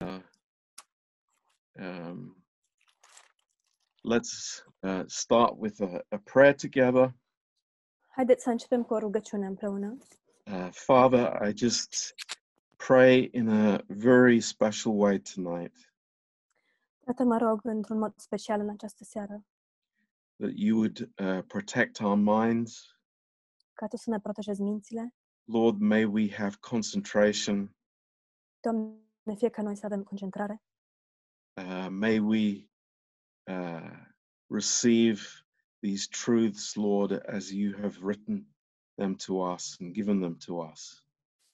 Uh, um, let's uh, start with a, a prayer together. Haideți să începem cu o rugăciune împreună. Uh, Father, I just pray in a very special way tonight Tată, mă rog, într-un mod special în această seară, that you would uh, protect our minds. ca Tu să ne protejezi mințile. Lord, may we have concentration. Doamne, fie ca noi să avem concentrare. Uh, may we uh, receive these truths, Lord, as you have written them to us and given them to us.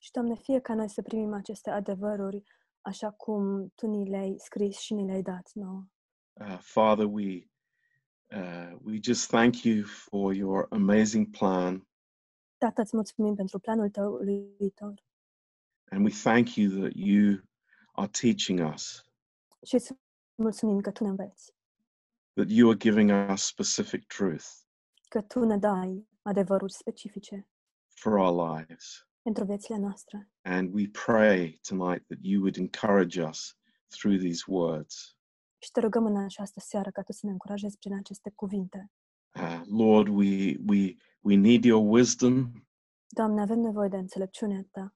Și, Doamne, fie ca noi să primim aceste adevăruri așa cum Tu ni le-ai scris și ni le-ai dat nouă. Uh, Father, we uh, we just thank you for your amazing plan, Tată, îți mulțumim pentru planul Tău viitor and we thank you that you are teaching us, și îți mulțumim că Tu ne înveți, that you are giving us specific truth că Tu ne dai adevăruri specifice for our lives. pentru viețile noastre. And we pray tonight that you would encourage us through these words. Și Te rugăm în această seară ca Tu să ne încurajezi prin aceste cuvinte. Uh, Lord, we we we need your wisdom, Doamne, avem nevoie de înțelepciunea Ta.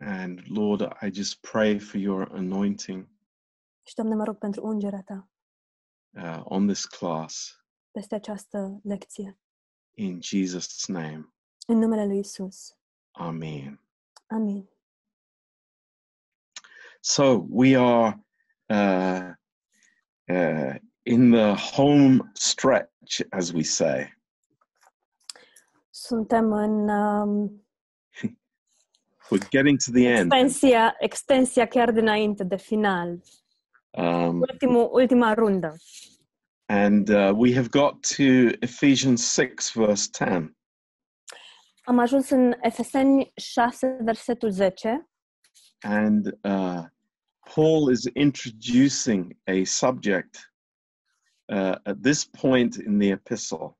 and Lord, I just pray for your anointing Și, Doamne, mă rog pentru ungerea Ta uh, on this class peste această lecție. in Jesus' name. În numele Lui Isus. Amen. Amin. So we are uh, uh, in the home stretch, as we say. Suntem în um, We're getting to the end. extensia, extensia chiar dinainte de final. Um, Ultimul, ultima rundă. and uh, we have got to Ephesians 6, verse 10. Am ajuns în Efeseni 6, versetul 10. And uh, Paul is introducing a subject uh, at this point in the epistle.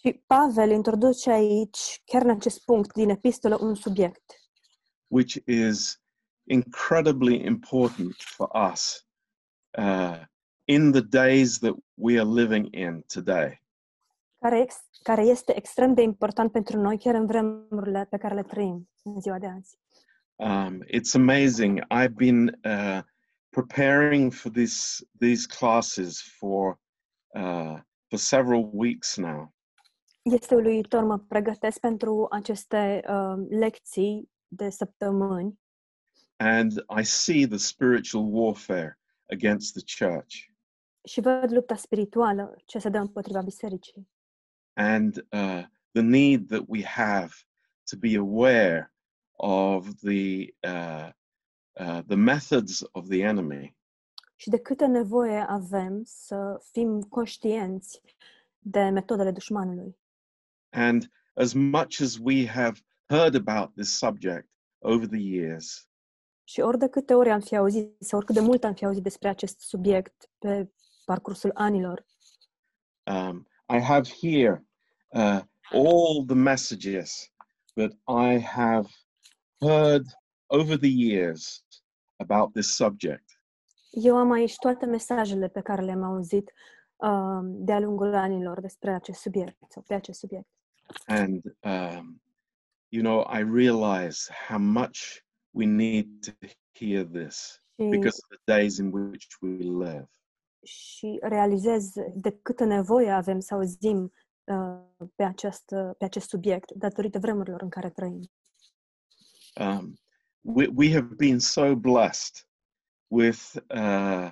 Și Pavel introduce aici, chiar în acest punct din epistolă, un subiect which is incredibly important for us uh, in the days that we are living in today. care, ex, care este extrem de important pentru noi chiar în vremurile pe care le trăim în ziua de azi. Um, it's amazing. I've been uh, preparing for this, these classes for, uh, for several weeks now. Este uluitor, mă pregătesc pentru aceste uh, lecții de săptămâni And I see the spiritual warfare against the church. și văd lupta spirituală ce se dă împotriva bisericii and uh, the need that we have to be aware of the uh, uh, the methods of the enemy și de câtă nevoie avem să fim conștienți de metodele dușmanului. and as much as we have heard about this subject over the years Și ori de câte ori am fi auzit, sau oricât de mult am fi auzit despre acest subiect pe parcursul anilor, um, i have here uh, all the messages that i have heard over the years about this subject eu am aici toate mesajele pe care le-am auzit uh, de-a lungul anilor despre acest subiect sau pe acest subiect. and um, you know i realize how much we need to hear this Și, because of the days in which we live și realizez de câtă nevoie avem să auzim uh, pe, această, pe acest subiect datorită vremurilor în care trăim. um, we, we have been so blessed with uh,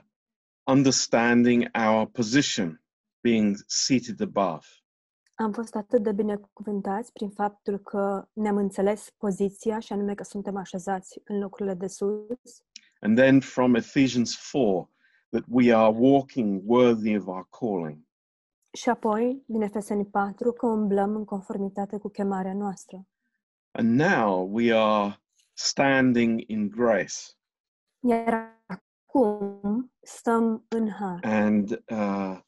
understanding our position being seated above Am fost atât de binecuvântați prin faptul că ne-am înțeles poziția și anume că suntem așezați în locurile de sus and then from ephesians 4 that we are walking worthy of our calling și apoi, din Efeseni 4, că umblăm în conformitate cu chemarea noastră. and now we are standing in grace Iar acum stăm în har. and uh,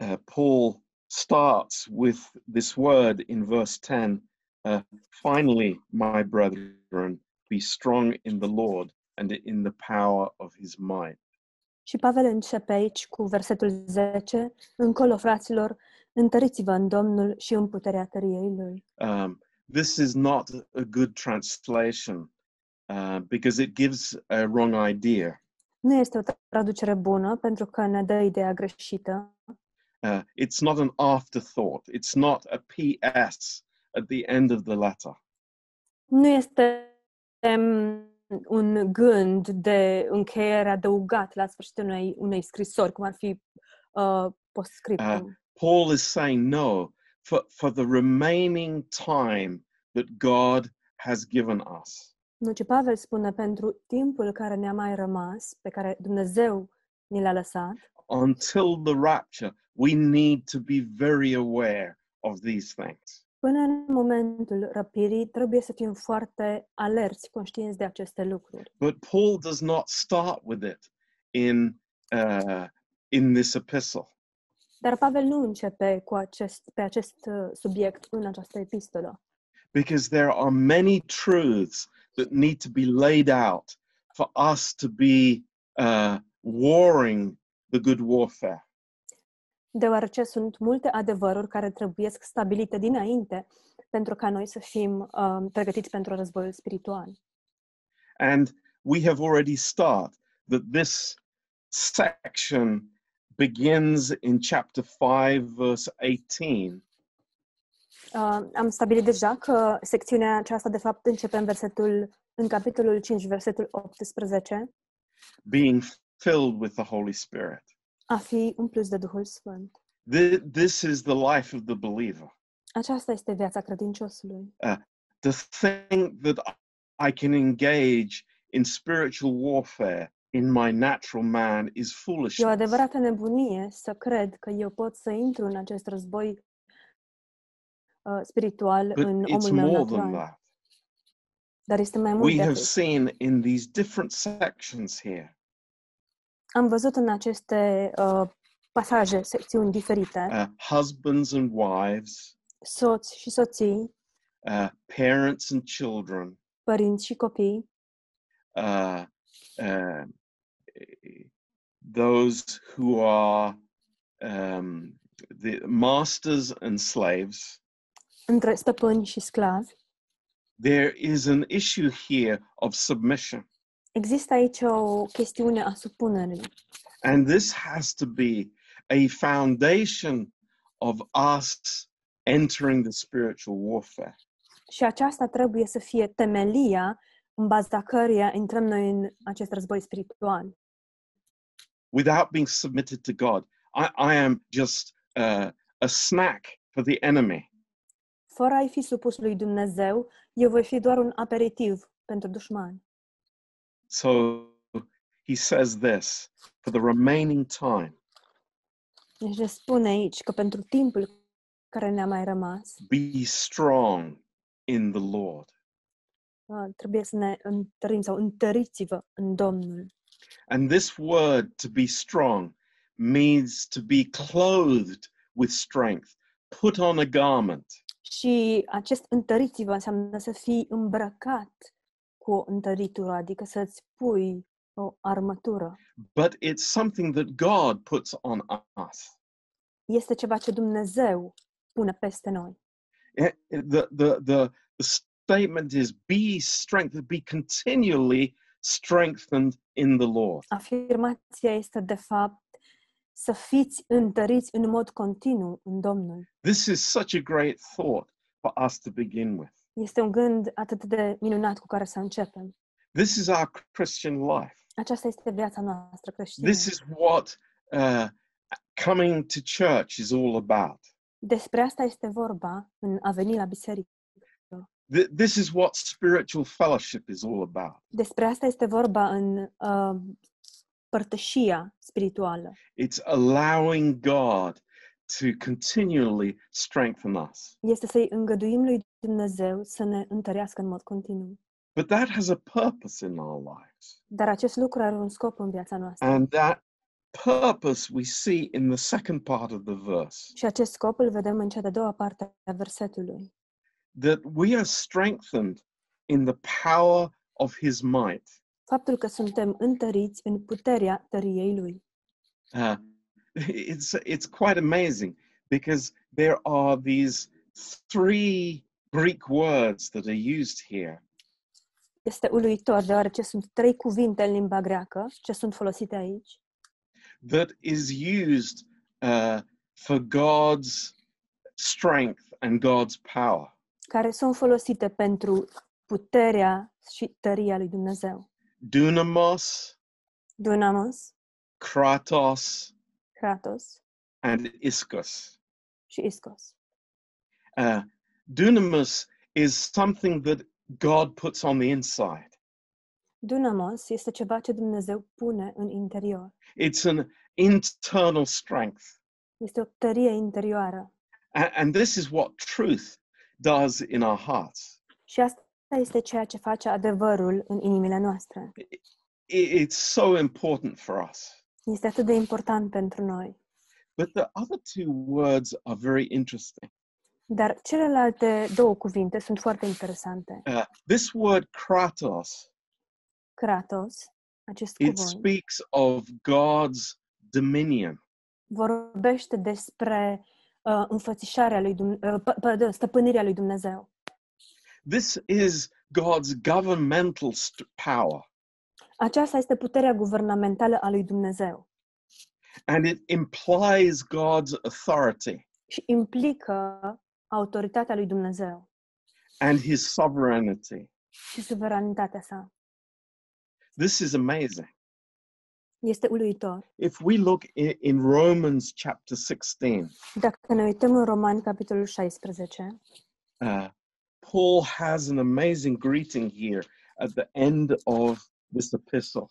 uh, Paul starts with this word in verse 10 uh, finally, my brethren, be strong in the Lord and in the power of his might. Și Pavel începe aici cu versetul 10, încolo, fraților, întăriți-vă în Domnul și în puterea tăriei Lui. Um, this is not a good translation uh, because it gives a wrong idea. Nu este o traducere bună pentru că ne dă ideea greșită. Uh, it's not an afterthought. It's not a PS at the end of the letter. Nu este em, un gând de încheiere adăugat la sfârșitul unei, unei scrisori, cum ar fi uh, postscriptum. Paul is saying, no, for, for the remaining time that God has given us, Nu, ci Pavel spune pentru timpul care ne-a mai rămas, pe care Dumnezeu ni l-a lăsat, until the rapture, we need to be very aware of these things. până în momentul răpirii, trebuie să fim foarte alerți, conștienți de aceste lucruri. But Paul does not start with it in, uh, in this epistle. Dar Pavel nu începe cu acest, pe acest uh, subiect în această epistolă, because there are many truths that need to be laid out for us to be uh, warring the good warfare. deoarece sunt multe adevăruri care trebuie stabilite dinainte pentru ca noi să fim uh, pregătiți pentru războiul spiritual. And we have already start that this section begins in chapter 5, verse 18, Uh, am stabilit deja că secțiunea aceasta, de fapt, începe în versetul, în capitolul 5, versetul 18, being filled with the Holy Spirit. a fi umplut de Duhul Sfânt. Th- This is the life of the believer. Aceasta este viața credinciosului. To think that I can engage in spiritual warfare in my natural man is E o foolishness. adevărată nebunie să cred că eu pot să intru în acest război uh, spiritual But în it's omul meu more than natural. that. Dar este mai mult We de have atât. seen in these different sections here Am văzut în aceste uh, pasaje, secțiuni diferite, uh, husbands and wives, soți și soții, uh, parents and children, părinți și copii, uh, uh, those who are um, the masters and slaves. între stăpâni și sclavi. There is an issue here of submission. Există aici o chestiune a supunerii And this has to be a foundation of us entering the spiritual warfare. și aceasta trebuie să fie temelia în baza căreia intrăm noi în acest război spiritual. without being submitted to God. I, I am just uh, a snack for the enemy. Fără a-i fi supus lui Dumnezeu, eu voi fi doar un aperitiv pentru dușmani. So he says this for the remaining time, Deci ne spune aici că pentru timpul care ne-a mai rămas, be strong in the Lord. uh, trebuie să ne întărim sau întăriți-vă în Domnul. And this word to be strong means to be clothed with strength, put on a garment. Și acest întăriți-vă înseamnă să fii îmbrăcat cu o întăritură, adică să-ți pui o armătură. But it's something that God puts on us. este ceva ce Dumnezeu pune peste noi. Eh, the, the, the, the statement is be strengthened, be continually strengthened in the Lord. Afirmația este, de fapt, să fiți întăriți în mod continuu în Domnul. This is such a great thought for us to begin with. Este un gând atât de minunat cu care să începem. This is our Christian life. Aceasta este viața noastră creștină. This is what uh, coming to church is all about. Despre asta este vorba în a veni la biserică. Th- This is what spiritual fellowship is all about. Despre asta este vorba în uh, părtășia spirituală. It's allowing God to continually strengthen us. Este să-i îngăduim lui Dumnezeu să ne întărească în mod continuu. But that has a purpose in our lives. Dar acest lucru are un scop în viața noastră. And that purpose we see in the second part of the verse Și acest scop îl vedem în cea de-a doua parte a versetului. that we are strengthened in the power of his might. faptul că suntem întăriți în puterea tăriei lui. Uh, it's it's quite amazing because there are these three Greek words that are used here. Este uluitor deoarece sunt trei cuvinte în limba greacă ce sunt folosite aici, that is used uh, for God's strength and God's power. care sunt folosite pentru puterea și tăria lui Dumnezeu. Dunamos, Dunamos, Kratos, Kratos and Iskos. și Iscos. Uh, dunamis is something that God puts on the inside. Dunamos este ceva ce Dumnezeu pune în interior. It's an internal strength. Este o tărie interioară. A- and this is what truth does in our hearts. Și asta este ceea ce face adevărul în inimile noastre. I- It's so important for us. Este atât de important pentru noi. But the other two words are very interesting. Dar celelalte două cuvinte sunt foarte interesante. Uh, this word kratos, Kratos, acest it cuvânt, speaks of God's dominion. vorbește despre uh, înfățișarea lui Dumnezeu, uh, p- pardon, stăpânirea lui Dumnezeu. This is God's governmental st- power, Aceasta este puterea guvernamentală a lui Dumnezeu and it implies God's authority și implică autoritatea lui Dumnezeu and his sovereignty. și suveranitatea sa. This is amazing. Este uluitor. If we look in, in Romans chapter 16, Dacă ne uităm în Romani, capitolul 16, uh, Paul has an amazing greeting here at the end of this epistle.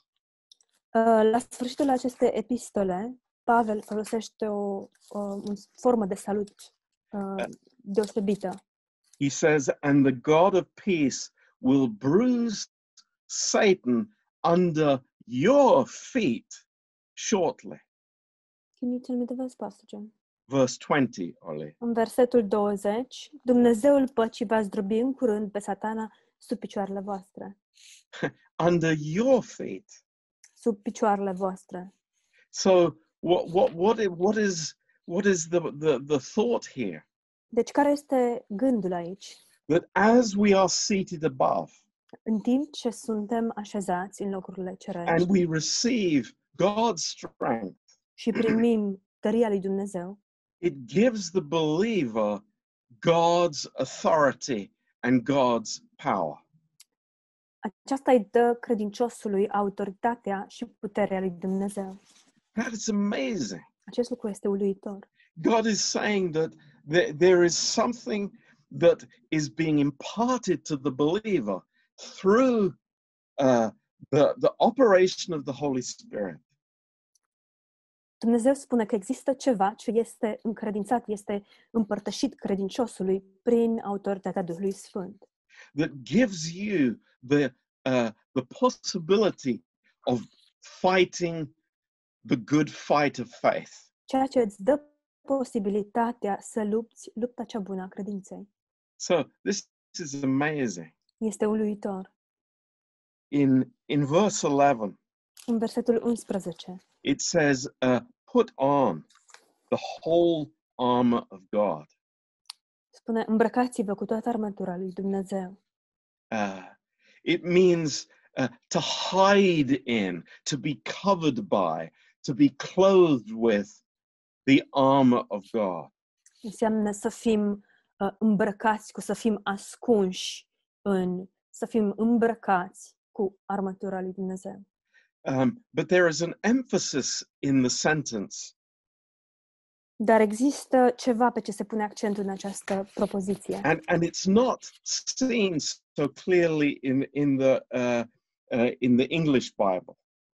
Uh, La sfârșitul acestei epistole, Pavel folosește o, o, o formă de salut uh, deosebită. He says, And the God of peace will bruise Satan under your feet shortly. Can you tell me the verse passage? Verse 20, Ollie. În versetul 20, Dumnezeul păcii va zdrobi în curând pe satana sub picioarele voastre. under your feet. Sub picioarele voastre. So what what what i- what is what is the, the the thought here Deci care este gândul aici? that as we are seated above În timp ce suntem așezați în locurile and cerești we receive God's strength, și primim tăria lui Dumnezeu, it gives the believer God's authority and God's power. aceasta îi dă credinciosului autoritatea și puterea lui Dumnezeu. That is amazing. Acest lucru este uluitor. God is saying that there, there is something that is being imparted to the believer through uh, the, the operation of the Holy Spirit. Dumnezeu spune că există ceva ce este încredințat, este împărtășit credinciosului prin autoritatea Duhului Sfânt, that gives you the uh, the possibility of fighting the good fight of faith. ceea ce îți dă posibilitatea să lupți lupta cea bună a credinței. So this is amazing. Este uluitor. In in verse eleven, În versetul 11 it says, uh, "Put on the whole armor of God." spune, îmbrăcați-vă cu toată armatura lui Dumnezeu. Uh, it means uh, to hide in, to be covered by, to be clothed with the armor of God. Înseamnă să fim uh, îmbrăcați cu să fim ascunși în, să fim îmbrăcați cu armatura lui Dumnezeu. Um, but there is an emphasis in the sentence Dar există ceva pe ce se pune accentul în această propoziție. and and it's not seen so clearly in in the uh, uh, in the English Bible.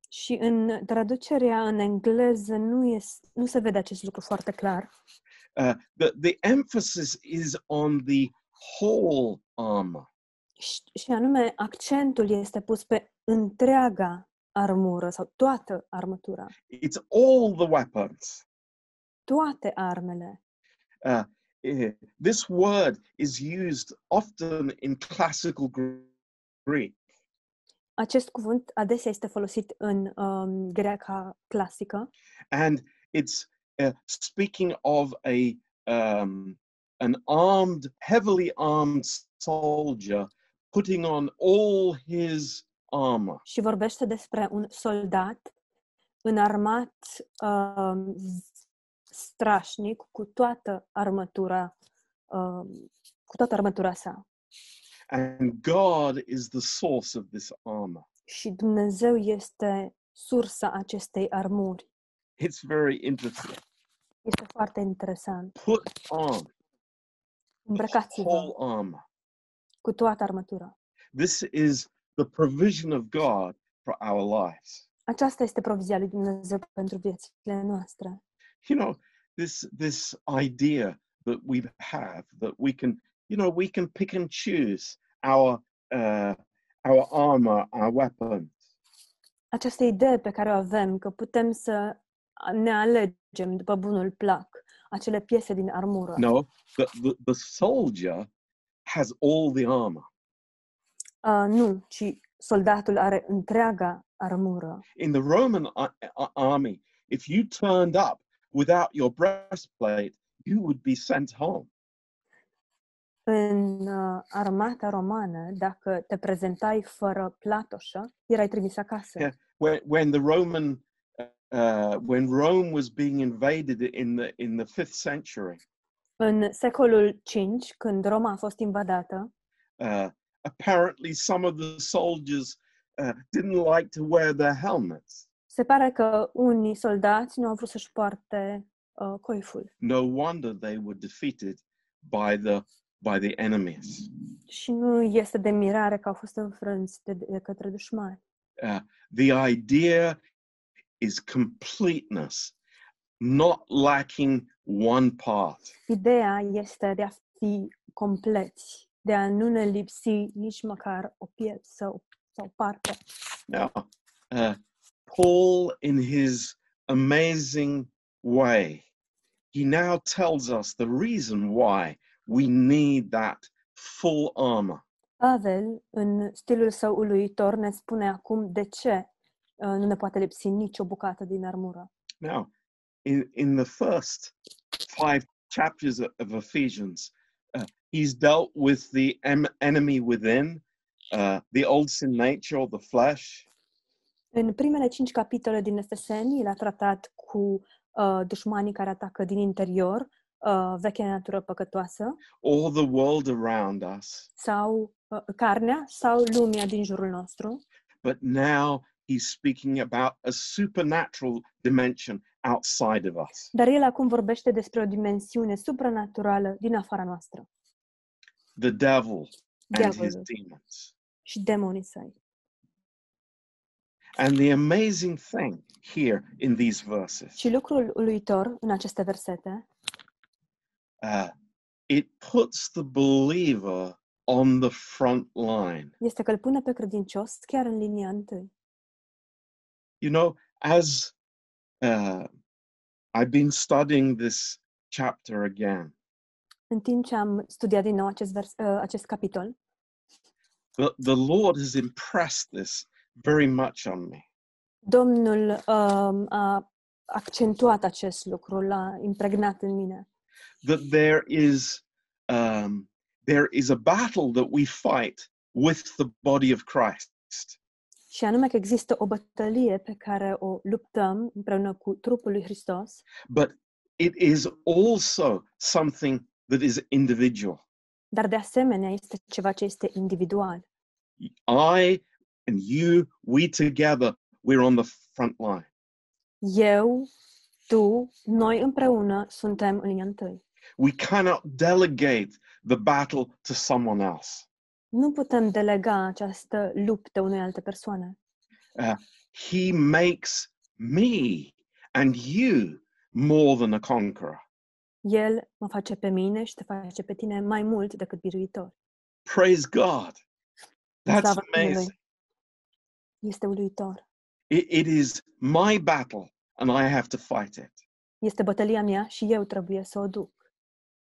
Și în traducerea în engleză nu, este, nu se vede acest lucru foarte clar. Uh, the the emphasis is on the whole armor, Și, și anume, accentul este pus pe întreaga armură sau toată armătura, it's all the weapons. toate armele. Uh, eh, this word is used often in classical Gr- Greek, Acest cuvânt adesea este folosit în um, greaca clasică and it's uh, speaking of a um, an armed, heavily armed soldier putting on all his armor. și vorbește despre un soldat înarmat um, strașnic cu toată armătura um, cu toată armătura sa. And God is the source of this armor. Și Dumnezeu este sursa acestei armuri. It's very interesting. Este foarte interesant. Put on the Îmbrăcați-vă whole armor. cu toată armătura. This is the provision of God for our lives. Aceasta este provizia lui Dumnezeu pentru viețile noastre. You know, this this idea that we have that we can, you know, we can pick and choose our uh, our armor, our weapons. Această idee pe care o avem, că putem să ne alegem după bunul plac acele piese din armură. No, the, the, the soldier has all the armor. Uh, nu, ci soldatul are întreaga armură. In the Roman ar- ar- army, if you turned up without your breastplate, you would be sent home. În uh, armata romană, dacă te prezentai fără platoșă, erai trimis acasă. Yeah. When, when the Roman uh, when Rome was being invaded in the in the fifth century, În secolul V, când Roma a fost invadată, uh, apparently some of the soldiers uh, didn't like to wear their helmets. se pare că unii soldați nu au vrut să-și poarte uh, coiful. No wonder they were defeated by the by the enemies. Și nu este de mirare că au fost înfrânți de, de către dușmani. The idea is completeness, not lacking one part. Ideea este de a fi compleți, de a nu ne lipsi nici măcar o piesă sau o parte. Now, uh, Paul, in his amazing way, he now tells us the reason why we need that full armor. Pavel, în stilul său uluitor, ne spune acum de ce uh, nu ne poate lipsi nicio bucată din armură. Now, in, in the first five chapters of, of Ephesians, uh, he's dealt with the em- enemy within, uh, the old sin nature or the flesh, În primele cinci capitole din Efeseni, el a tratat cu uh, dușmanii care atacă din interior, uh, vechea natură păcătoasă, or the world around us. sau uh, carnea, sau lumea din jurul nostru. But now he's speaking about a supernatural dimension outside of us. Dar el acum vorbește despre o dimensiune supranaturală din afara noastră, The devil and his diavolul demons. și demonii săi. And the amazing thing here in these verses, Și lucrul uluitor în aceste versete uh, it puts the believer on the front line. este că îl pune pe credincios chiar în linia întâi. You know, as uh, I've been studying this chapter again, în timp ce am studiat din nou acest, vers, uh, acest capitol, the, the Lord has impressed this very much on me. Domnul um, a accentuat acest lucru, l-a impregnat în mine. that there is um, there is a battle that we fight with the body of Christ. Și anume că există o bătălie pe care o luptăm împreună cu trupul lui Hristos, But it is also something that is individual. dar de asemenea este ceva ce este individual. I and you, we together, we're on the front line. Eu, tu, noi împreună suntem în linia întâi. We cannot delegate the battle to someone else. Nu putem delega această luptă unei alte persoane. He makes me and you more than a conqueror. El mă face pe mine și te face pe tine mai mult decât biruitor. Praise God. That's Slavă Domnului. amazing. Este uluitor. It, it is my battle and I have to fight it. Este bătălia mea și eu trebuie să o duc.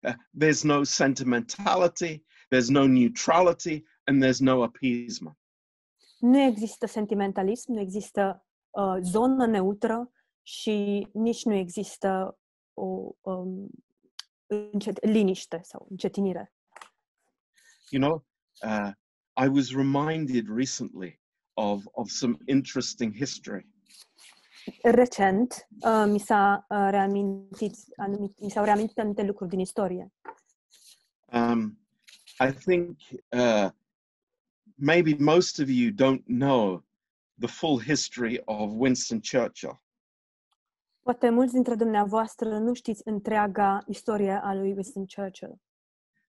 Uh, there's no sentimentality, there's no neutrality, and there's no appeasement. Nu există sentimentalism, nu există uh, zonă neutră și nici nu există o um, încet, liniște sau încetinire. You know, uh, I was reminded recently of, of some interesting history. Recent uh, mi, s-a, uh, reamintit anumit, mi s-au reamintit anumite lucruri din istorie. Um, I think uh, maybe most of you don't know the full history of Winston Churchill. Poate mulți dintre dumneavoastră nu știți întreaga istorie a lui Winston Churchill.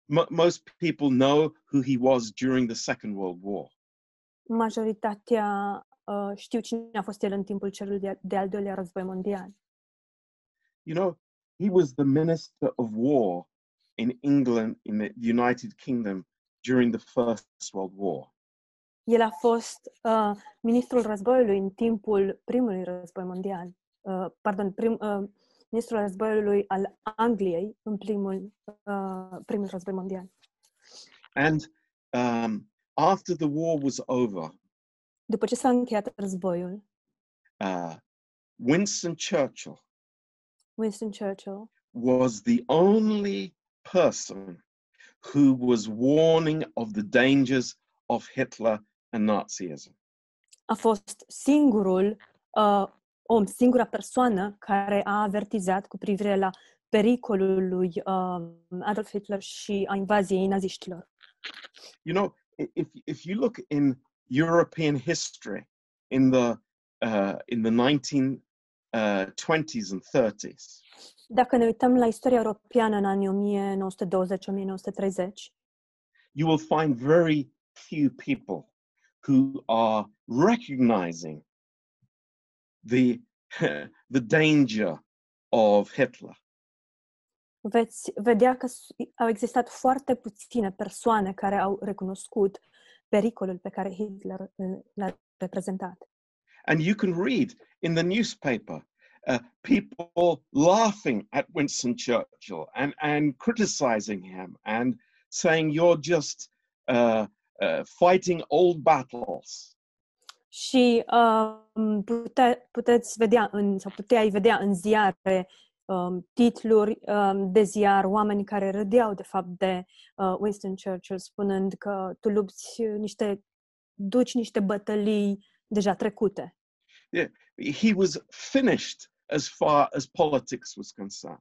Mo- most people know who he was during the Second World War. Majoritatea uh, știu cine a fost el în timpul celui de- de-al doilea război mondial. You know, he was the Minister of War in England, in the United Kingdom during the First World War. El a fost uh, ministrul războiului în timpul primului război mondial. Uh, pardon, prim, uh, ministrul războiului al Angliei în primul, uh, primul război mondial. And um, after the war was over, După ce s-a încheiat războiul, uh, Winston Churchill Winston Churchill was the only person who was warning of the dangers of Hitler and Nazism. a fost singurul uh, om, singura persoană care a avertizat cu privire la pericolul lui uh, Adolf Hitler și a invaziei naziștilor. You know, i- if if you look in European history in the uh, in the 1920s and 30s, Dacă ne uităm la istoria europeană în anii 1920-1930, you will find very few people who are recognizing the the danger of Hitler. veți vedea că s- au existat foarte puține persoane care au recunoscut pericolul pe care Hitler îl- l-a reprezentat. And you can read in the newspaper uh, people laughing at Winston Churchill and, and criticizing him and saying, You're just uh, uh, fighting old battles. Și um, pute, puteți vedea în, sau puteai vedea în ziare um, titluri um, de ziar, oameni care râdeau de fapt de uh, Winston Churchill, spunând că tu lupți niște, duci niște bătălii deja trecute. He was finished as far as politics was concerned.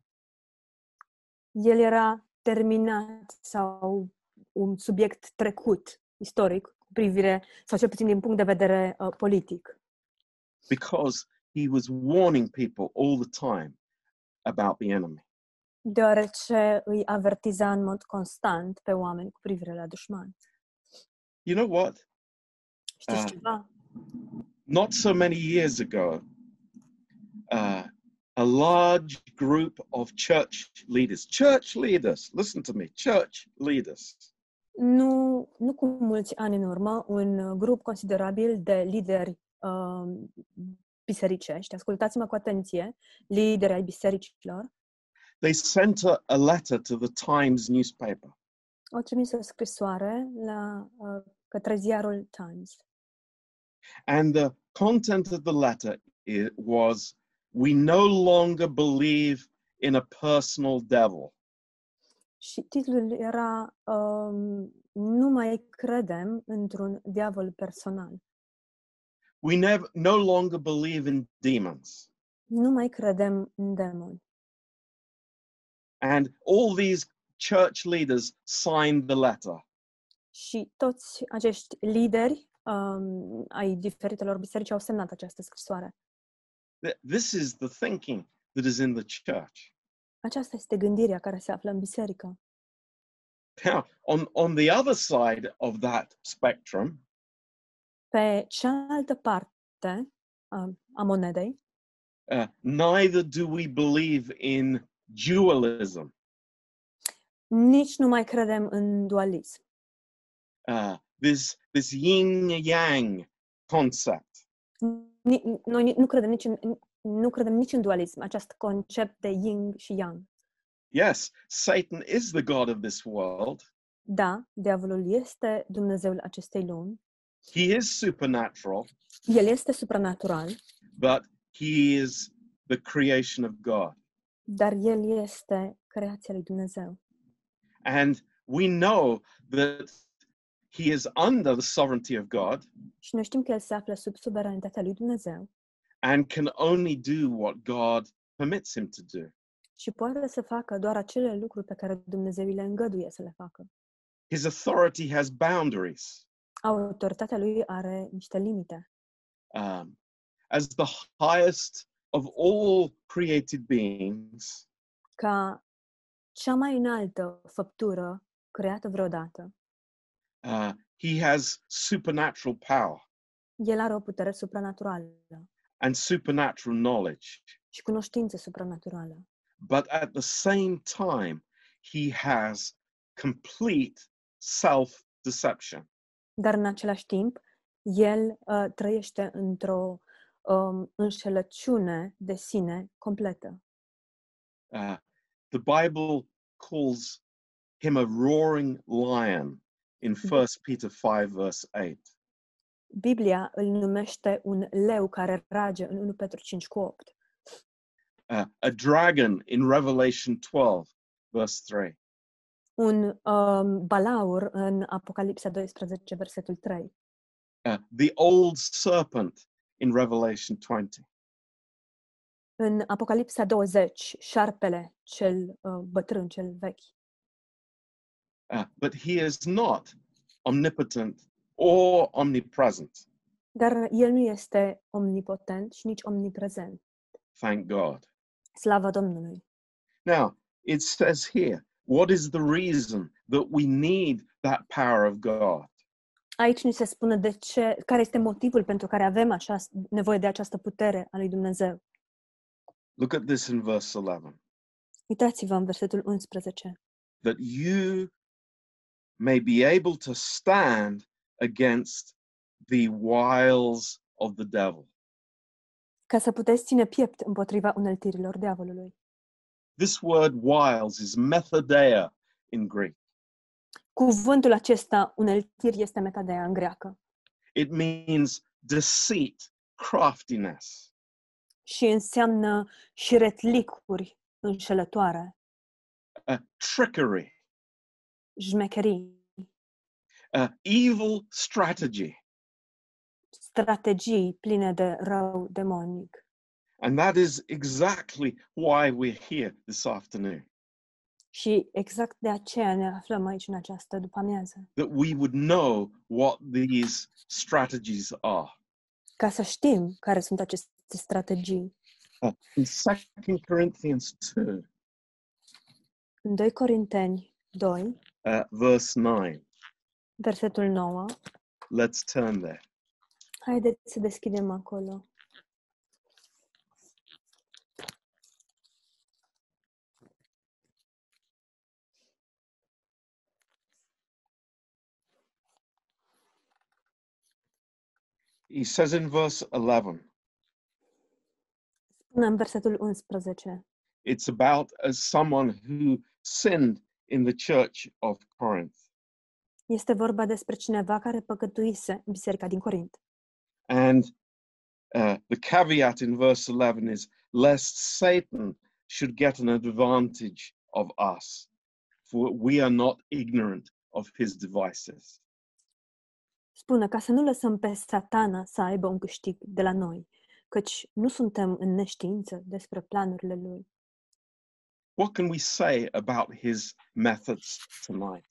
El era terminat sau un subiect trecut, istoric, cu privire, sau cel puțin din punct de vedere uh, politic. because he was warning people all the time about the enemy. deoarece îi avertiza în mod constant pe oameni cu privire la dușmani. You know what? Știți Ah. ceva? Not so many years ago, uh, a large group of church leaders, church leaders, listen to me, church leaders, Nu, nu cu mulți ani în urmă, un uh, grup considerabil de lideri um, bisericești, ascultați-mă cu atenție, lideri ai bisericilor, they sent a, a letter to the Times newspaper au trimis o scrisoare la, uh, către ziarul Times. And the content of the letter i- was We no longer believe in a personal devil. Și titlul era um, Nu mai credem într-un diavol personal. We never, no longer believe in demons. Nu mai credem în demoni. And all these church leaders signed the letter. Și toți acești lideri um, ai diferitelor biserici au semnat această scrisoare. Th- This is the thinking that is in the church. Aceasta este gândirea care se află în biserică. Now, on, on the other side of that spectrum, Pe cealaltă parte um, a monedei, uh, neither do we believe in dualism. nici nu mai credem în dualism. Uh, this, this yin yang concept. Ni, noi ni- nu credem, nici în, nu credem nici în dualism, acest concept de yin și yang. Yes, Satan is the God of this world, Da, diavolul este Dumnezeul acestei lumi, He is supernatural, El este supranatural, but he is the creation of God. dar el este creația lui Dumnezeu. And we know that he is under the sovereignty of God Și noi știm că el se află sub suveranitatea lui Dumnezeu and can only do what God permits him to do. și poate să facă doar acele lucruri pe care Dumnezeu îi le îngăduie să le facă. His authority has boundaries. Autoritatea lui are niște limite. Um, as the highest of all created beings, Ca cea mai înaltă făptură creată vreodată, uh, he has supernatural power el are o putere supranaturală and supernatural knowledge. și cunoștințe supranaturală. But at the same time, he has complete self deception. Dar în același timp, el uh, trăiește într-o um, înșelăciune de sine completă. Uh, the Bible calls him a roaring lion in 1 Peter 5, verse 8. Biblia îl numește un leu care rage în 1 Petru 5 cu 8, uh, a dragon in Revelation 12, verse 3. un um, balaur în Apocalipsa 12, versetul 3, Uh, the old serpent in Revelation 20. în Apocalipsa 20, șarpele cel uh, bătrân, cel vechi. Uh, but he is not omnipotent or omnipresent, Dar el nu este omnipotent și nici omniprezent. thank God. Slava Domnului! Now, it says here, what is the reason that we need that power of God? Aici ni se spune de ce, care este motivul pentru care avem așa, nevoie de această putere a lui Dumnezeu. Look at this in verse 11 Uitați-vă în versetul 11. that you may be able to stand against the wiles of the devil. Ca să puteți ține piept împotriva uneltirilor diavolului. This word wiles is methodeia in Greek. Cuvântul acesta, uneltir, este metadea în greacă It means deceit, craftiness. și înseamnă șiretlicuri înșelătoare, uh, trickery, jmecherii, uh, evil strategy. strategii pline de rău demonic. And that is exactly why we're here this afternoon, Și exact de aceea ne aflăm aici în această după-amiază, that we would know what these strategies are. ca să știm care sunt aceste strategii. Uh, in 2 Corinthians 2, În 2 Corinteni 2, uh, verse 9, versetul 9, let's turn there. haideți să deschidem acolo. He says in verse 11, Până în versetul 11. it's about as someone who sinned in the church of Corinth. Este vorba despre cineva care păcătuise în biserica din Corint. And uh, the caveat in verse 11 is lest Satan should get an advantage of us, for we are not ignorant of his devices. Spune ca să nu lăsăm pe satana să aibă un câștig de la noi, căci nu suntem în neștiință despre planurile lui. What can we say about his methods tonight?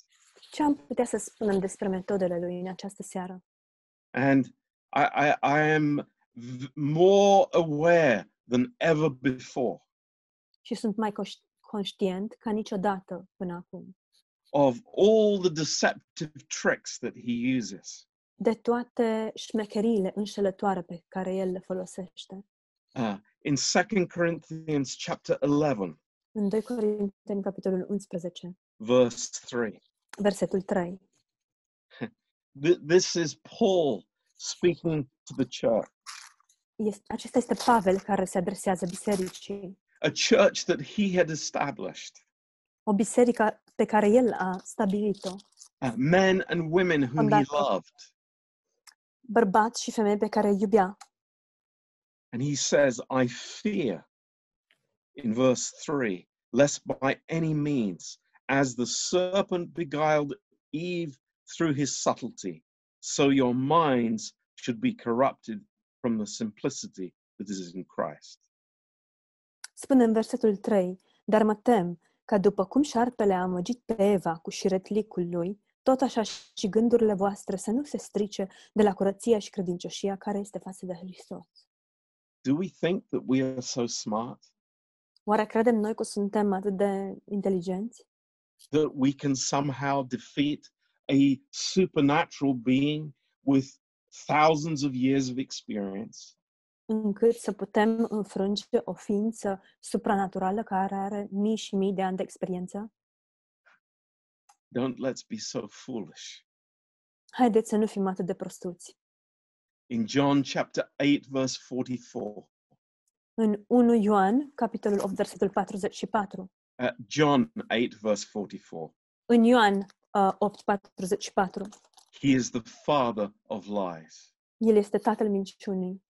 Ce am putea să spunem despre metodele lui în această seară? And I, I, I am v- more aware than ever before Și sunt mai coș- conștient ca niciodată până acum of all the deceptive tricks that he uses. de toate șmecheriile înșelătoare pe care el le folosește. Uh, in 2 Corinthians chapter 11, În 2 Corinteni, capitolul 11, verse 3. versetul 3. Th- this is Paul speaking to the church, Este, acesta este Pavel care se adresează bisericii, a church that he had established. o biserică pe care el a stabilit-o, uh, men and women whom he Wonderful. loved. bărbați și femei pe care îi iubea. And he says, I fear, in verse 3, lest by any means, as the serpent beguiled Eve through his subtlety, so your minds should be corrupted from the simplicity that is in Christ. Spune în versetul 3, dar mă tem ca după cum șarpele a amăgit pe Eva cu șiretlicul lui, tot așa și gândurile voastre să nu se strice de la curăția și credincioșia care este față de Hristos. Do we think that we are so smart Oare credem noi că suntem atât de inteligenți? that we can somehow defeat a supernatural being with thousands of years of experience? Încât să putem înfrânge o ființă supranaturală care are mii și mii de ani de experiență? Don't let's be so foolish. Haideți să nu fim atât de prostuți. In John chapter 8, verse 44, În 1 Ioan, capitolul 8, versetul 44. uh, John 8, verse 44, În Ioan uh, 8, 44. he is the father of lies. El este tatăl minciunii.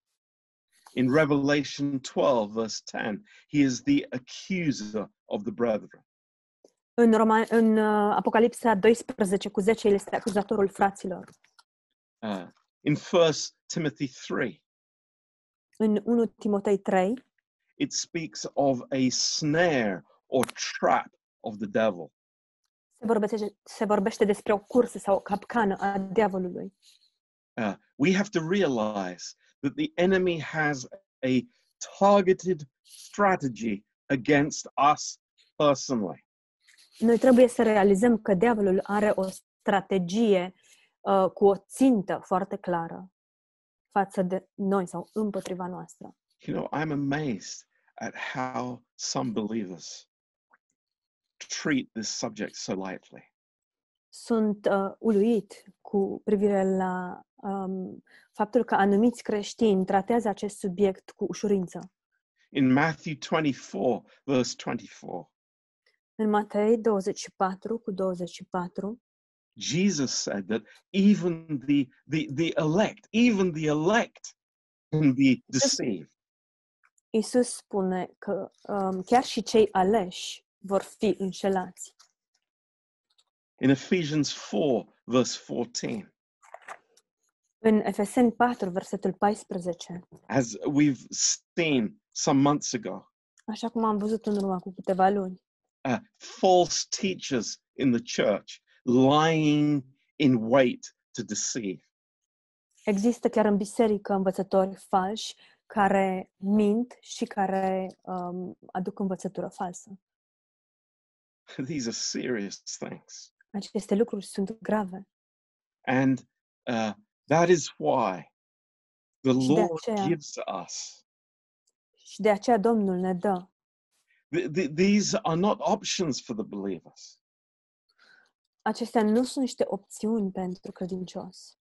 In Revelation 12, verse 10, he is the accuser of the brethren. În, Roma, în uh, Apocalipsa 12 cu 10, el este acuzatorul fraților. Uh, in 1 Timothy 3, În 1 Timotei 3, it speaks of a snare or trap of the devil. se vorbește, se vorbește despre o cursă sau o capcană a diavolului. Uh, we have to realize that the enemy has a targeted strategy against us personally. Noi trebuie să realizăm că diavolul are o strategie uh, cu o țintă foarte clară față de noi sau împotriva noastră. You know, I'm amazed at how some believers treat this subject so lightly. Sunt uh, uluit cu privire la um, faptul că anumiți creștini tratează acest subiect cu ușurință. In Matthew 24, verse 24, În Matei 24 cu 24, Jesus said that even the, the, the elect, even the elect can be deceived. Isus spune că um, chiar și cei aleși vor fi înșelați. In Ephesians 4, verse 14, În Efeseni 4, versetul 14, as we've seen some months ago, așa cum am văzut în urmă cu câteva luni, uh, false teachers in the church lying in wait to deceive. există chiar în biserică învățători falși care mint și care um, aduc învățătură falsă. These are serious things. Aceste lucruri sunt grave. And uh, that is why the Și de Lord aceea- gives us. Și de aceea Domnul ne dă. Th- th- these are not options for the believers. Acestea nu sunt niște opțiuni pentru credincios.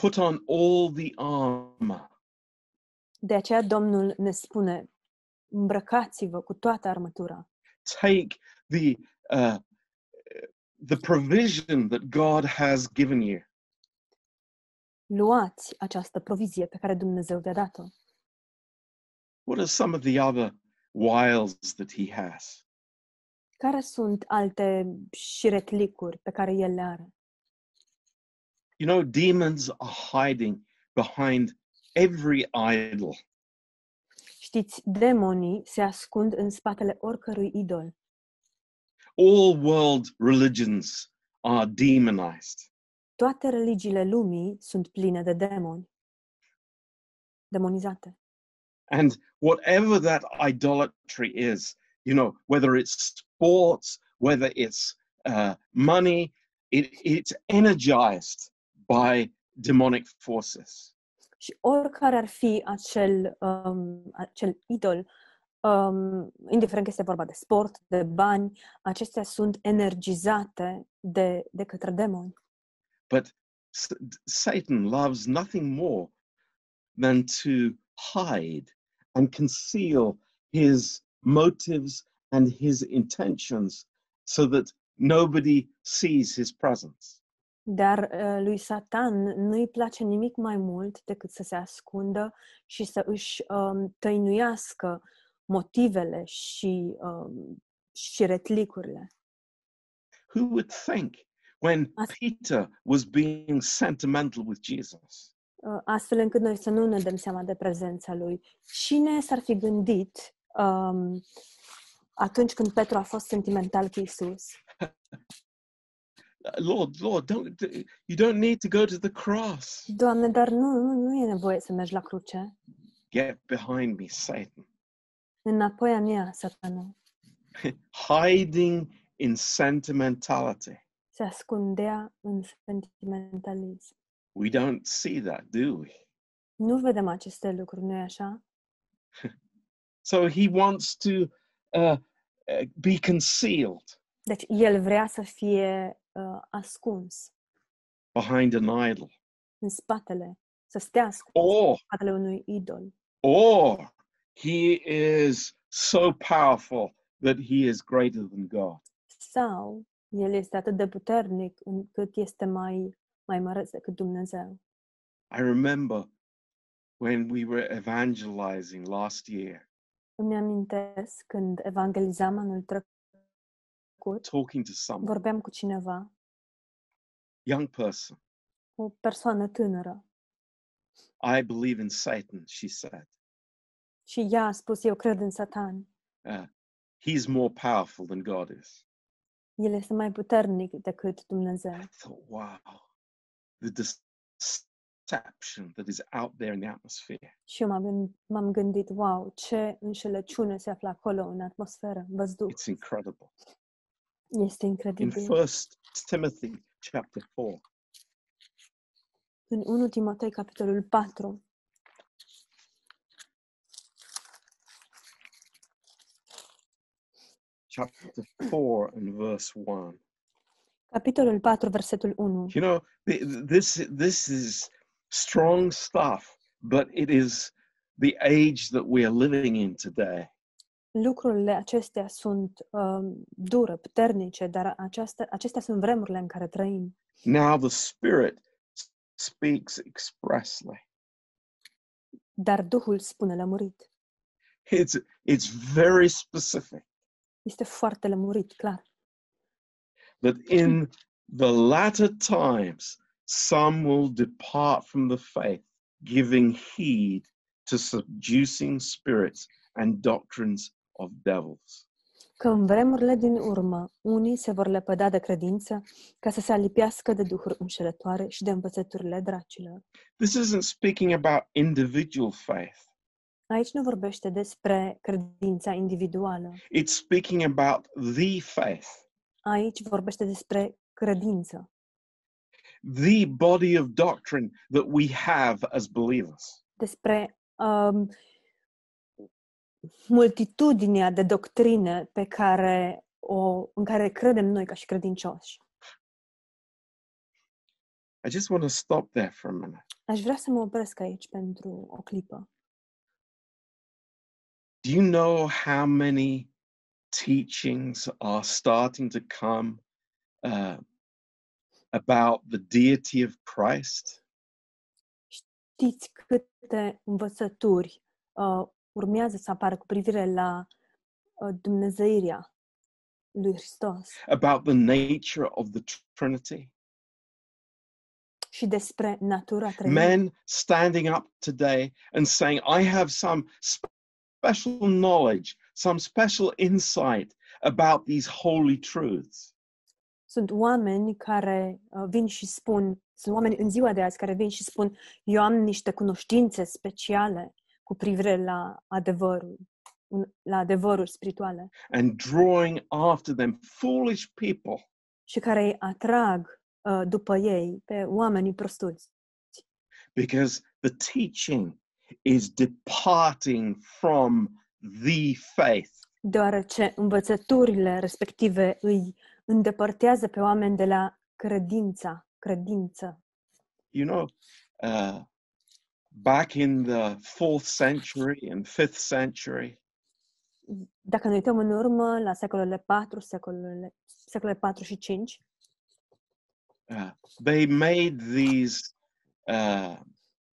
Put on all the armor De aceea Domnul ne spune, îmbrăcați-vă cu toată armătura. take the uh, the provision that God has given you luați această provizie pe care Dumnezeu vi-a dat-o. what are some of the other wiles that he has Care sunt alte șiretlicuri pe care el le are? you know demons are hiding behind every idol Știți, demonii se ascund în spatele oricărui idol. all world religions are demonized Toate religiile lumii sunt pline de demoni. Demonizate. and whatever that idolatry is you know whether it's sports whether it's uh, money it, it's energized by demonic forces Și oricare ar fi acel, um, acel idol, um, indiferent că este vorba de sport, de bani, acestea sunt energizate de, de către demoni. But S- d- Satan loves nothing more than to hide and conceal his motives and his intentions so that nobody sees his presence. Dar uh, lui Satan nu-i place nimic mai mult decât să se ascundă și să își um, tăinuiască motivele și, um, și retlicurile. Who would think when Asta- Peter was being sentimental with Jesus? Uh, astfel încât noi să nu ne dăm seama de prezența lui. Cine s-ar fi gândit um, atunci când Petru a fost sentimental cu Isus? Uh, Lord, Lord, don't d- you don't need to go to the cross. Doamne, dar nu, nu, nu e nevoie să mergi la cruce. Get behind me, Satan. Înapoi a mea, satanul. Hiding in sentimentality. Se ascundea în sentimentalism. We don't see that, do we? Nu vedem aceste lucruri, nu-i așa? So he wants to uh, uh, be concealed Deci el vrea să fie uh, ascuns behind an idol, în spatele, să stea ascuns or în spatele unui idol. or he is so powerful that he is greater than God. Sau el este atât de puternic încât este mai, mai măreț decât Dumnezeu. I remember when we were evangelizing last year, Îmi amintesc când evangelizam anul trecut, talking to some vorbeam cu cineva, young person. o persoană tânără, I believe in Satan, she said. și ea a spus, eu cred în satan. Uh, he's more powerful than God is. El este mai puternic decât Dumnezeu. I thought, wow, the deception that is out there in the atmosphere. Și eu m-am, gând- m-am gândit, wow, ce înșelăciune se află acolo în atmosferă, în văzduh. It's incredible. Este In incredibil. First Timothy chapter four, În 1 Timotei, capitolul 4, chapter four and verse one. capitolul 4, versetul 1. You know, th- th- this this is strong stuff, but it is the age that we are living in today. Lucrurile acestea sunt um, dure, puternice, dar aceasta, acestea sunt vremurile în care trăim. Now the Spirit s- speaks expressly. Dar Duhul spune lămurit. It's it's very specific Este foarte lămurit, clar. that in the latter times some will depart from the faith, giving heed to seducing spirits and doctrines of devils. Că în vremurile din urmă, unii se vor lepăda de credință ca să se alipiască de duhuri înșelătoare și de învățăturile dracilor. This isn't speaking about individual faith. Aici nu vorbește despre credința individuală. It's speaking about the faith, Aici vorbește despre credință, the body of doctrine that we have as believers. despre um, multitudinea de doctrine pe care o, în care credem noi ca și credincioși. I just want to stop there for a minute. Aș vrea să mă opresc aici pentru o clipă. Do you know how many teachings are starting to come uh, about the deity of Christ? Știți câte învățături uh, urmează să apară cu privire la uh, Dumnezeirea lui Hristos About the nature of the Trinity? și despre natura trăirii. Men standing up today and saying, I have some sp- special knowledge, some special insight about these holy truths. Sunt oameni care uh, vin și spun, sunt oameni în ziua de azi care vin și spun, eu am niște cunoștințe speciale cu privire la adevărul, un- la adevăruri spirituale and drawing after them foolish people și care îi atrag uh, după ei pe oamenii prostuți. because the teaching is departing from the faith. deoarece învățăturile respective îi îndepărtează pe oameni de la credința, credință. You know, uh, back in the fourth century and fifth century, Dacă ne uităm în urmă la secolele 4, secolele, secolele 4 și 5, uh, they made these uh,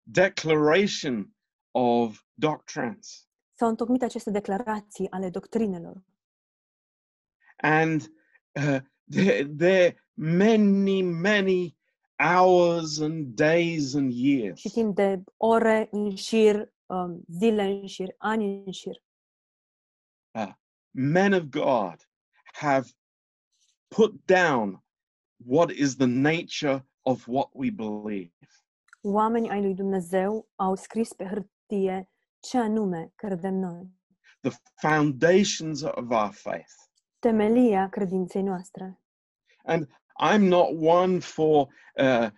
declaration of doctrines. S-au întocmit aceste declarații ale doctrinelor and uh, there, there many many hours and days and years și timp de ore în șir, um, zile în șir, ani în șir. men of god have put down what is the nature of what we believe Oamenii ai lui Dumnezeu au scris pe hârtie ce anume credem noi, the foundations of our faith temelia credinței noastre. i'm not one for uh,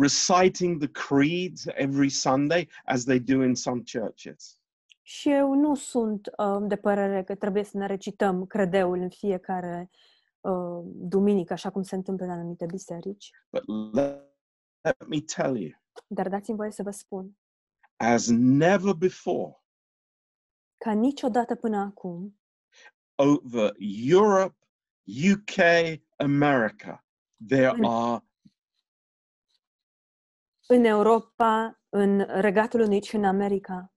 reciting the creeds every sunday as they do in some churches Și eu nu sunt um, de părere că trebuie să ne recităm credeul în fiecare uh, duminică, așa cum se întâmplă în anumite biserici. but let, let me tell you Dar dați-mi voie să vă spun, as never before ca niciodată până acum, over Europe, UK, America, there Mm. are în Europa, în Regatul Unit și în America,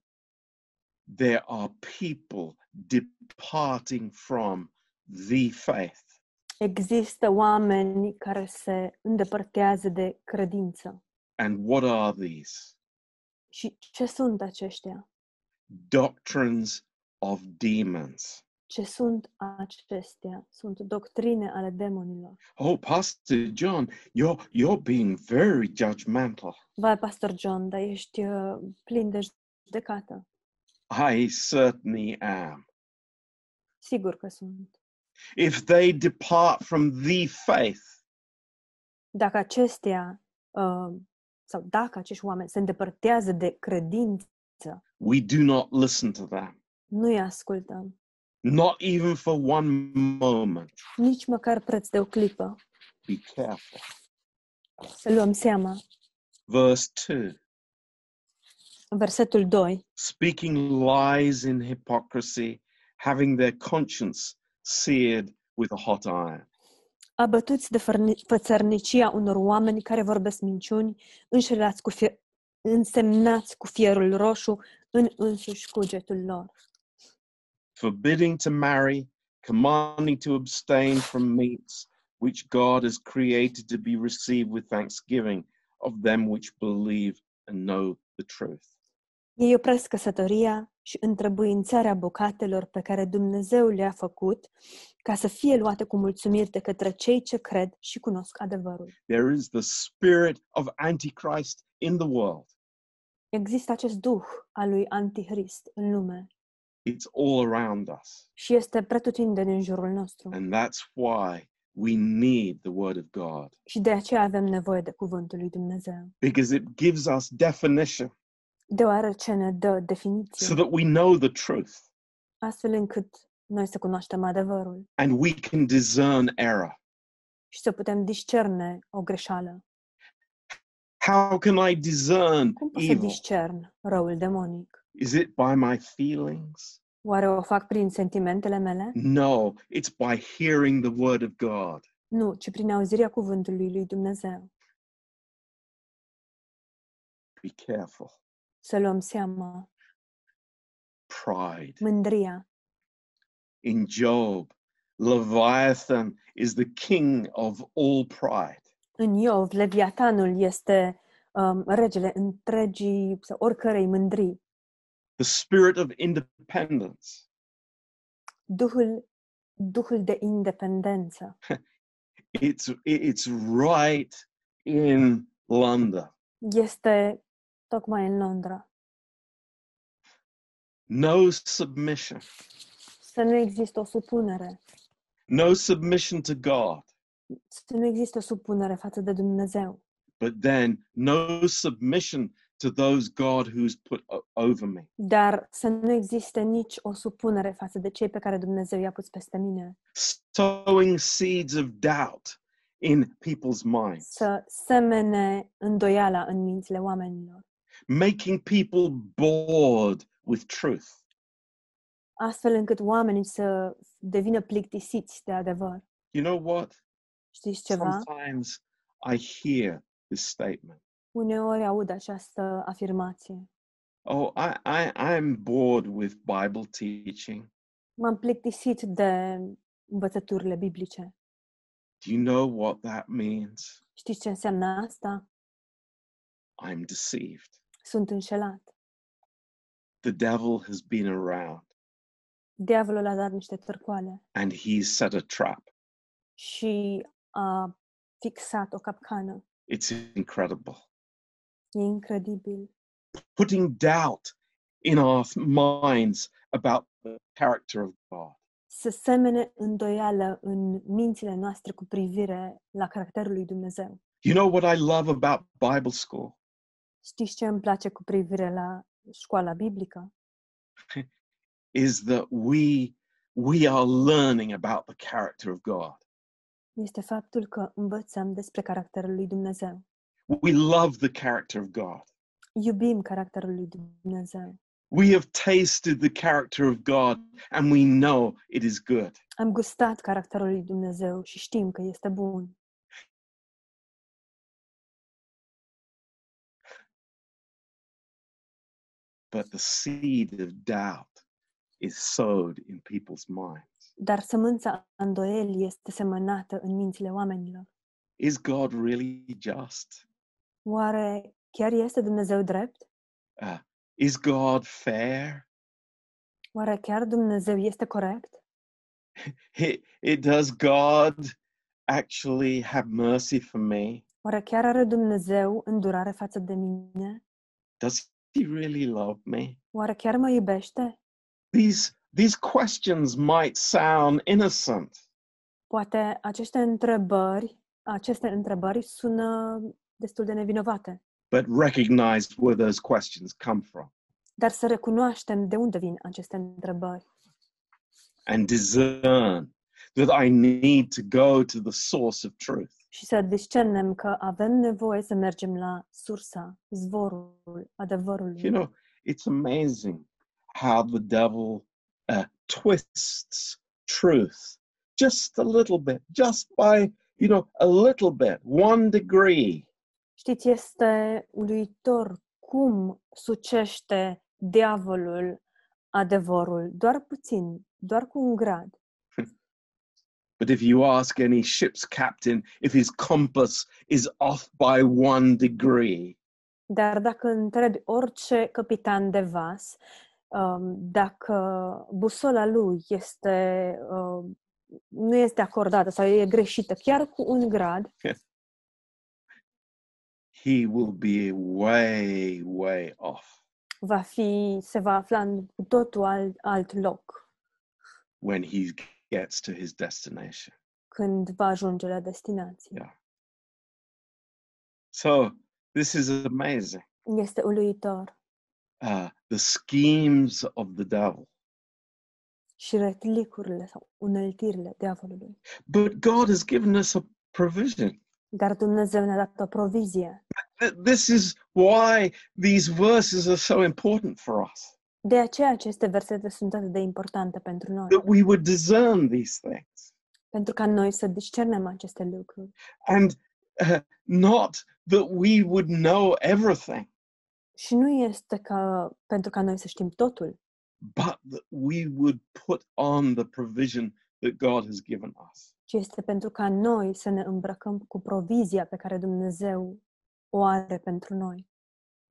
there are people departing from the faith. există oameni care se îndepărtează de credință. And what are these? Și ce sunt aceștia? Doctrines of demons. Ce sunt acestea? Sunt doctrine ale demonilor. Oh, Pastor John, you're you're being very judgmental. Vai, Pastor John, dar ești uh, plin de judecată. I certainly am. Sigur că sunt. If they depart from the faith, Dacă acestea, uh, sau dacă acești oameni se îndepărtează de credință, we do not listen to them. nu-i ascultăm. Not even for one moment. Nici măcar preț de o clipă. Be careful. Să luăm seama. verse 2 Versetul 2. speaking lies in hypocrisy having their conscience seared with a hot iron Abătuți de fărni- fățărnicia unor oameni care vorbesc minciuni, înșelați cu fie- însemnați cu fierul roșu în însuși cugetul lor. forbidding to marry commanding to abstain from meats which god has created to be received with thanksgiving of them which believe and know the truth Ei opresc căsătoria și întrebuințarea bucatelor pe care Dumnezeu le-a făcut ca să fie luate cu mulțumiri de către cei ce cred și cunosc adevărul. there is the spirit of antichrist in the world Există acest duh al lui Antihrist în lume it's all around us și este pretutindeni în jurul nostru and that's why we need the word of god și de aceea avem nevoie de cuvântul lui Dumnezeu, because it gives us definition deoarece ne dă definiție. so that we know the truth astfel încât noi să cunoaștem adevărul and we can discern error. și să putem discerne o greșeală. How can I discern Cum pot să evil? discern răul demonic? Is it by my feelings? Oare o fac prin sentimentele mele? No, it's by hearing the word of God. Nu, ci prin auzirea cuvântului lui Dumnezeu. Be careful. Să luăm seama, Pride. mândria. In Job, Leviathan is the king of all pride. În Iov, Leviatanul este um, regele întregii sau oricărei mândrii, The spirit of independence duhul, duhul de independență. it's it's right in London. Este tocmai în Londra. No submission. Să nu există o supunere, No submission to God. să nu există o supunere față de Dumnezeu. but then no submission to those God who's put o- over me. dar să nu existe nici o supunere față de cei pe care Dumnezeu i-a pus peste mine. Sowing seeds of doubt in people's minds, Să semene îndoiala în mințile oamenilor, making people bored with truth. astfel încât oamenii să devină plictisiți de adevăr. You know what? Știți ceva? Sometimes I hear this statement. Uneori aud această afirmație. Oh, I, I, I'm bored with Bible teaching. M-am plictisit de învățăturile biblice. Do you know what that means? Știți ce înseamnă asta? I'm deceived. Sunt înșelat. The devil has been around Diavolul a dat niște târcoale and he's set a trap. și a fixat o capcană. It's incredible. E incredibil. Putting doubt in our minds about the character of God. Să semene îndoială în mințile noastre cu privire la caracterul lui Dumnezeu. You know what I love about Bible school? Știți ce îmi place cu privire la școala biblică? Is that we we are learning about the character of God. Este faptul că învățăm despre caracterul lui Dumnezeu. We love the character of God. Iubim caracterul lui Dumnezeu. We have tasted the character of God and we know it is good. Am gustat caracterul lui Dumnezeu și știm că este bun. But the seed of doubt is sowed in people's minds. Dar sămânța îndoielii este semănată în mințile oamenilor. Is God really just? Oare chiar este Dumnezeu drept? Uh, is God fair? Oare chiar Dumnezeu este corect? It, it, does God actually have mercy for me? Oare chiar are Dumnezeu îndurare față de mine? Does he really love me? Oare chiar mă iubește? These these questions might sound innocent, Poate aceste întrebări, aceste întrebări sună destul de nevinovate, but recognize where those questions come from dar să recunoaștem de unde vin aceste întrebări and discern that I need to go to the source of truth. și să discernem că avem nevoie să mergem la sursa, izvorul adevărului. You know, it's amazing how the devil uh, twists truth just a little bit, just by, you know, a little bit, one degree. Știți, este uluitor cum sucește diavolul adevărul, doar puțin, doar cu un grad. But if you ask any ship's captain if his compass is off by one degree, Dar dacă întrebi orice capitan de vas, um, dacă busola lui este, um, nu este acordată sau e greșită chiar cu un grad, he will be way, way off va fi, se va afla în cu totul alt, alt loc when he gets to his destination. când va ajunge la destinație. So this is amazing. Este uluitor Uh, the schemes of the devil. și retlicurile sau uneltirile diavolului. But God has given us a provision. Dar Dumnezeu ne-a dat o provizie. Th- This is why these verses are so important for us De aceea aceste versete sunt atât de importante pentru noi, that we would discern these things pentru ca noi să discernem aceste lucruri and uh, not that we would know everything, Și nu este ca pentru ca noi să știm totul, but that we would put on the provision that God has given us. ci este pentru ca noi să ne îmbrăcăm cu provizia pe care Dumnezeu o are pentru noi.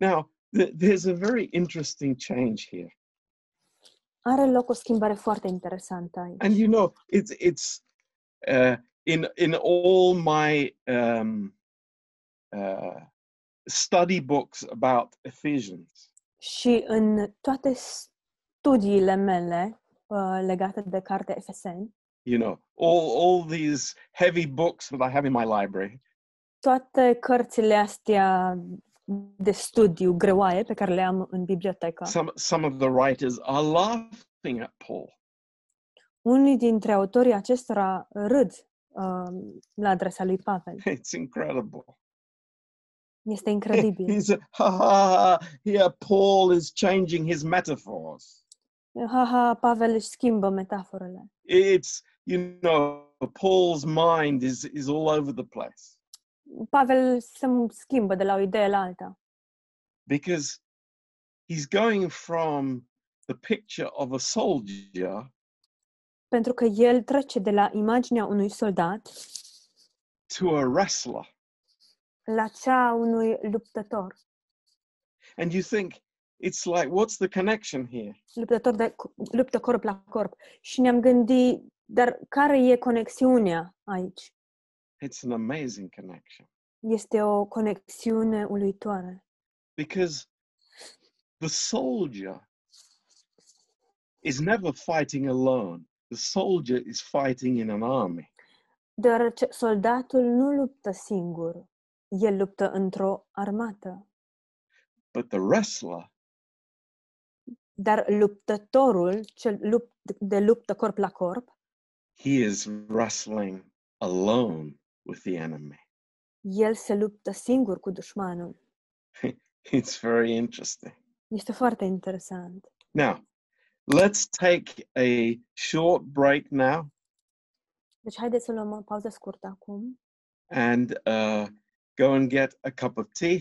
Now, th- there's a very interesting change here. Are loc o schimbare foarte interesantă aici. and you know it's it's uh, in in all my um, uh, study books about Ephesians, Și în toate studiile mele uh, legate de cartea Efeseni, you know all all these heavy books that I have in my library. toate cărțile astea de studiu greoaie pe care le am în bibliotecă, Some some of the writers are laughing at Paul, unii dintre autorii acestora râd uh, la adresa lui Pavel. it's incredible. Este incredibil. He's a, ha, ha, ha, here Paul is changing his metaphors. Ha, ha, Pavel își schimbă metaforele. It's you know Paul's mind is is all over the place. Pavel se schimbă de la o idee la alta. because he's going from the picture of a soldier Pentru că el trece de la imaginea unui soldat to a wrestler. la cea a unui luptător. And you think, it's like, what's the connection here? Luptător de luptă corp la corp. Și ne-am gândit, dar care e conexiunea aici? It's an amazing connection Este o conexiune uluitoare. because the soldier is never fighting alone. The soldier is fighting in an army. Deoarece soldatul nu luptă singur. El luptă într-o armată. But the wrestler Dar luptătorul, cel lupt, de luptă corp la corp, he is wrestling alone with the enemy. el se luptă singur cu dușmanul. It's very interesting. Este foarte interesant. Now, let's take a short break now Deci haideți să luăm o pauză scurtă acum, and uh, go and get a cup of tea,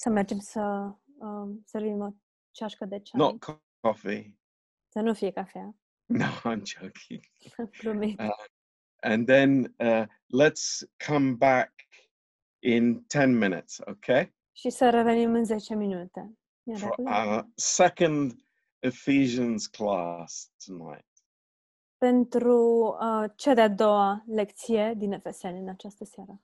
să mergem să um, servim o ceașcă de ceai, not co- coffee. să nu fie cafea, No, I'm joking. glumit. And then uh, let's come back in 10 minutes, okay? Și să revenim în 10 minute. E în For regulă? our second Ephesians class tonight. Pentru uh, cea de-a doua lecție din Efeseni în această seară.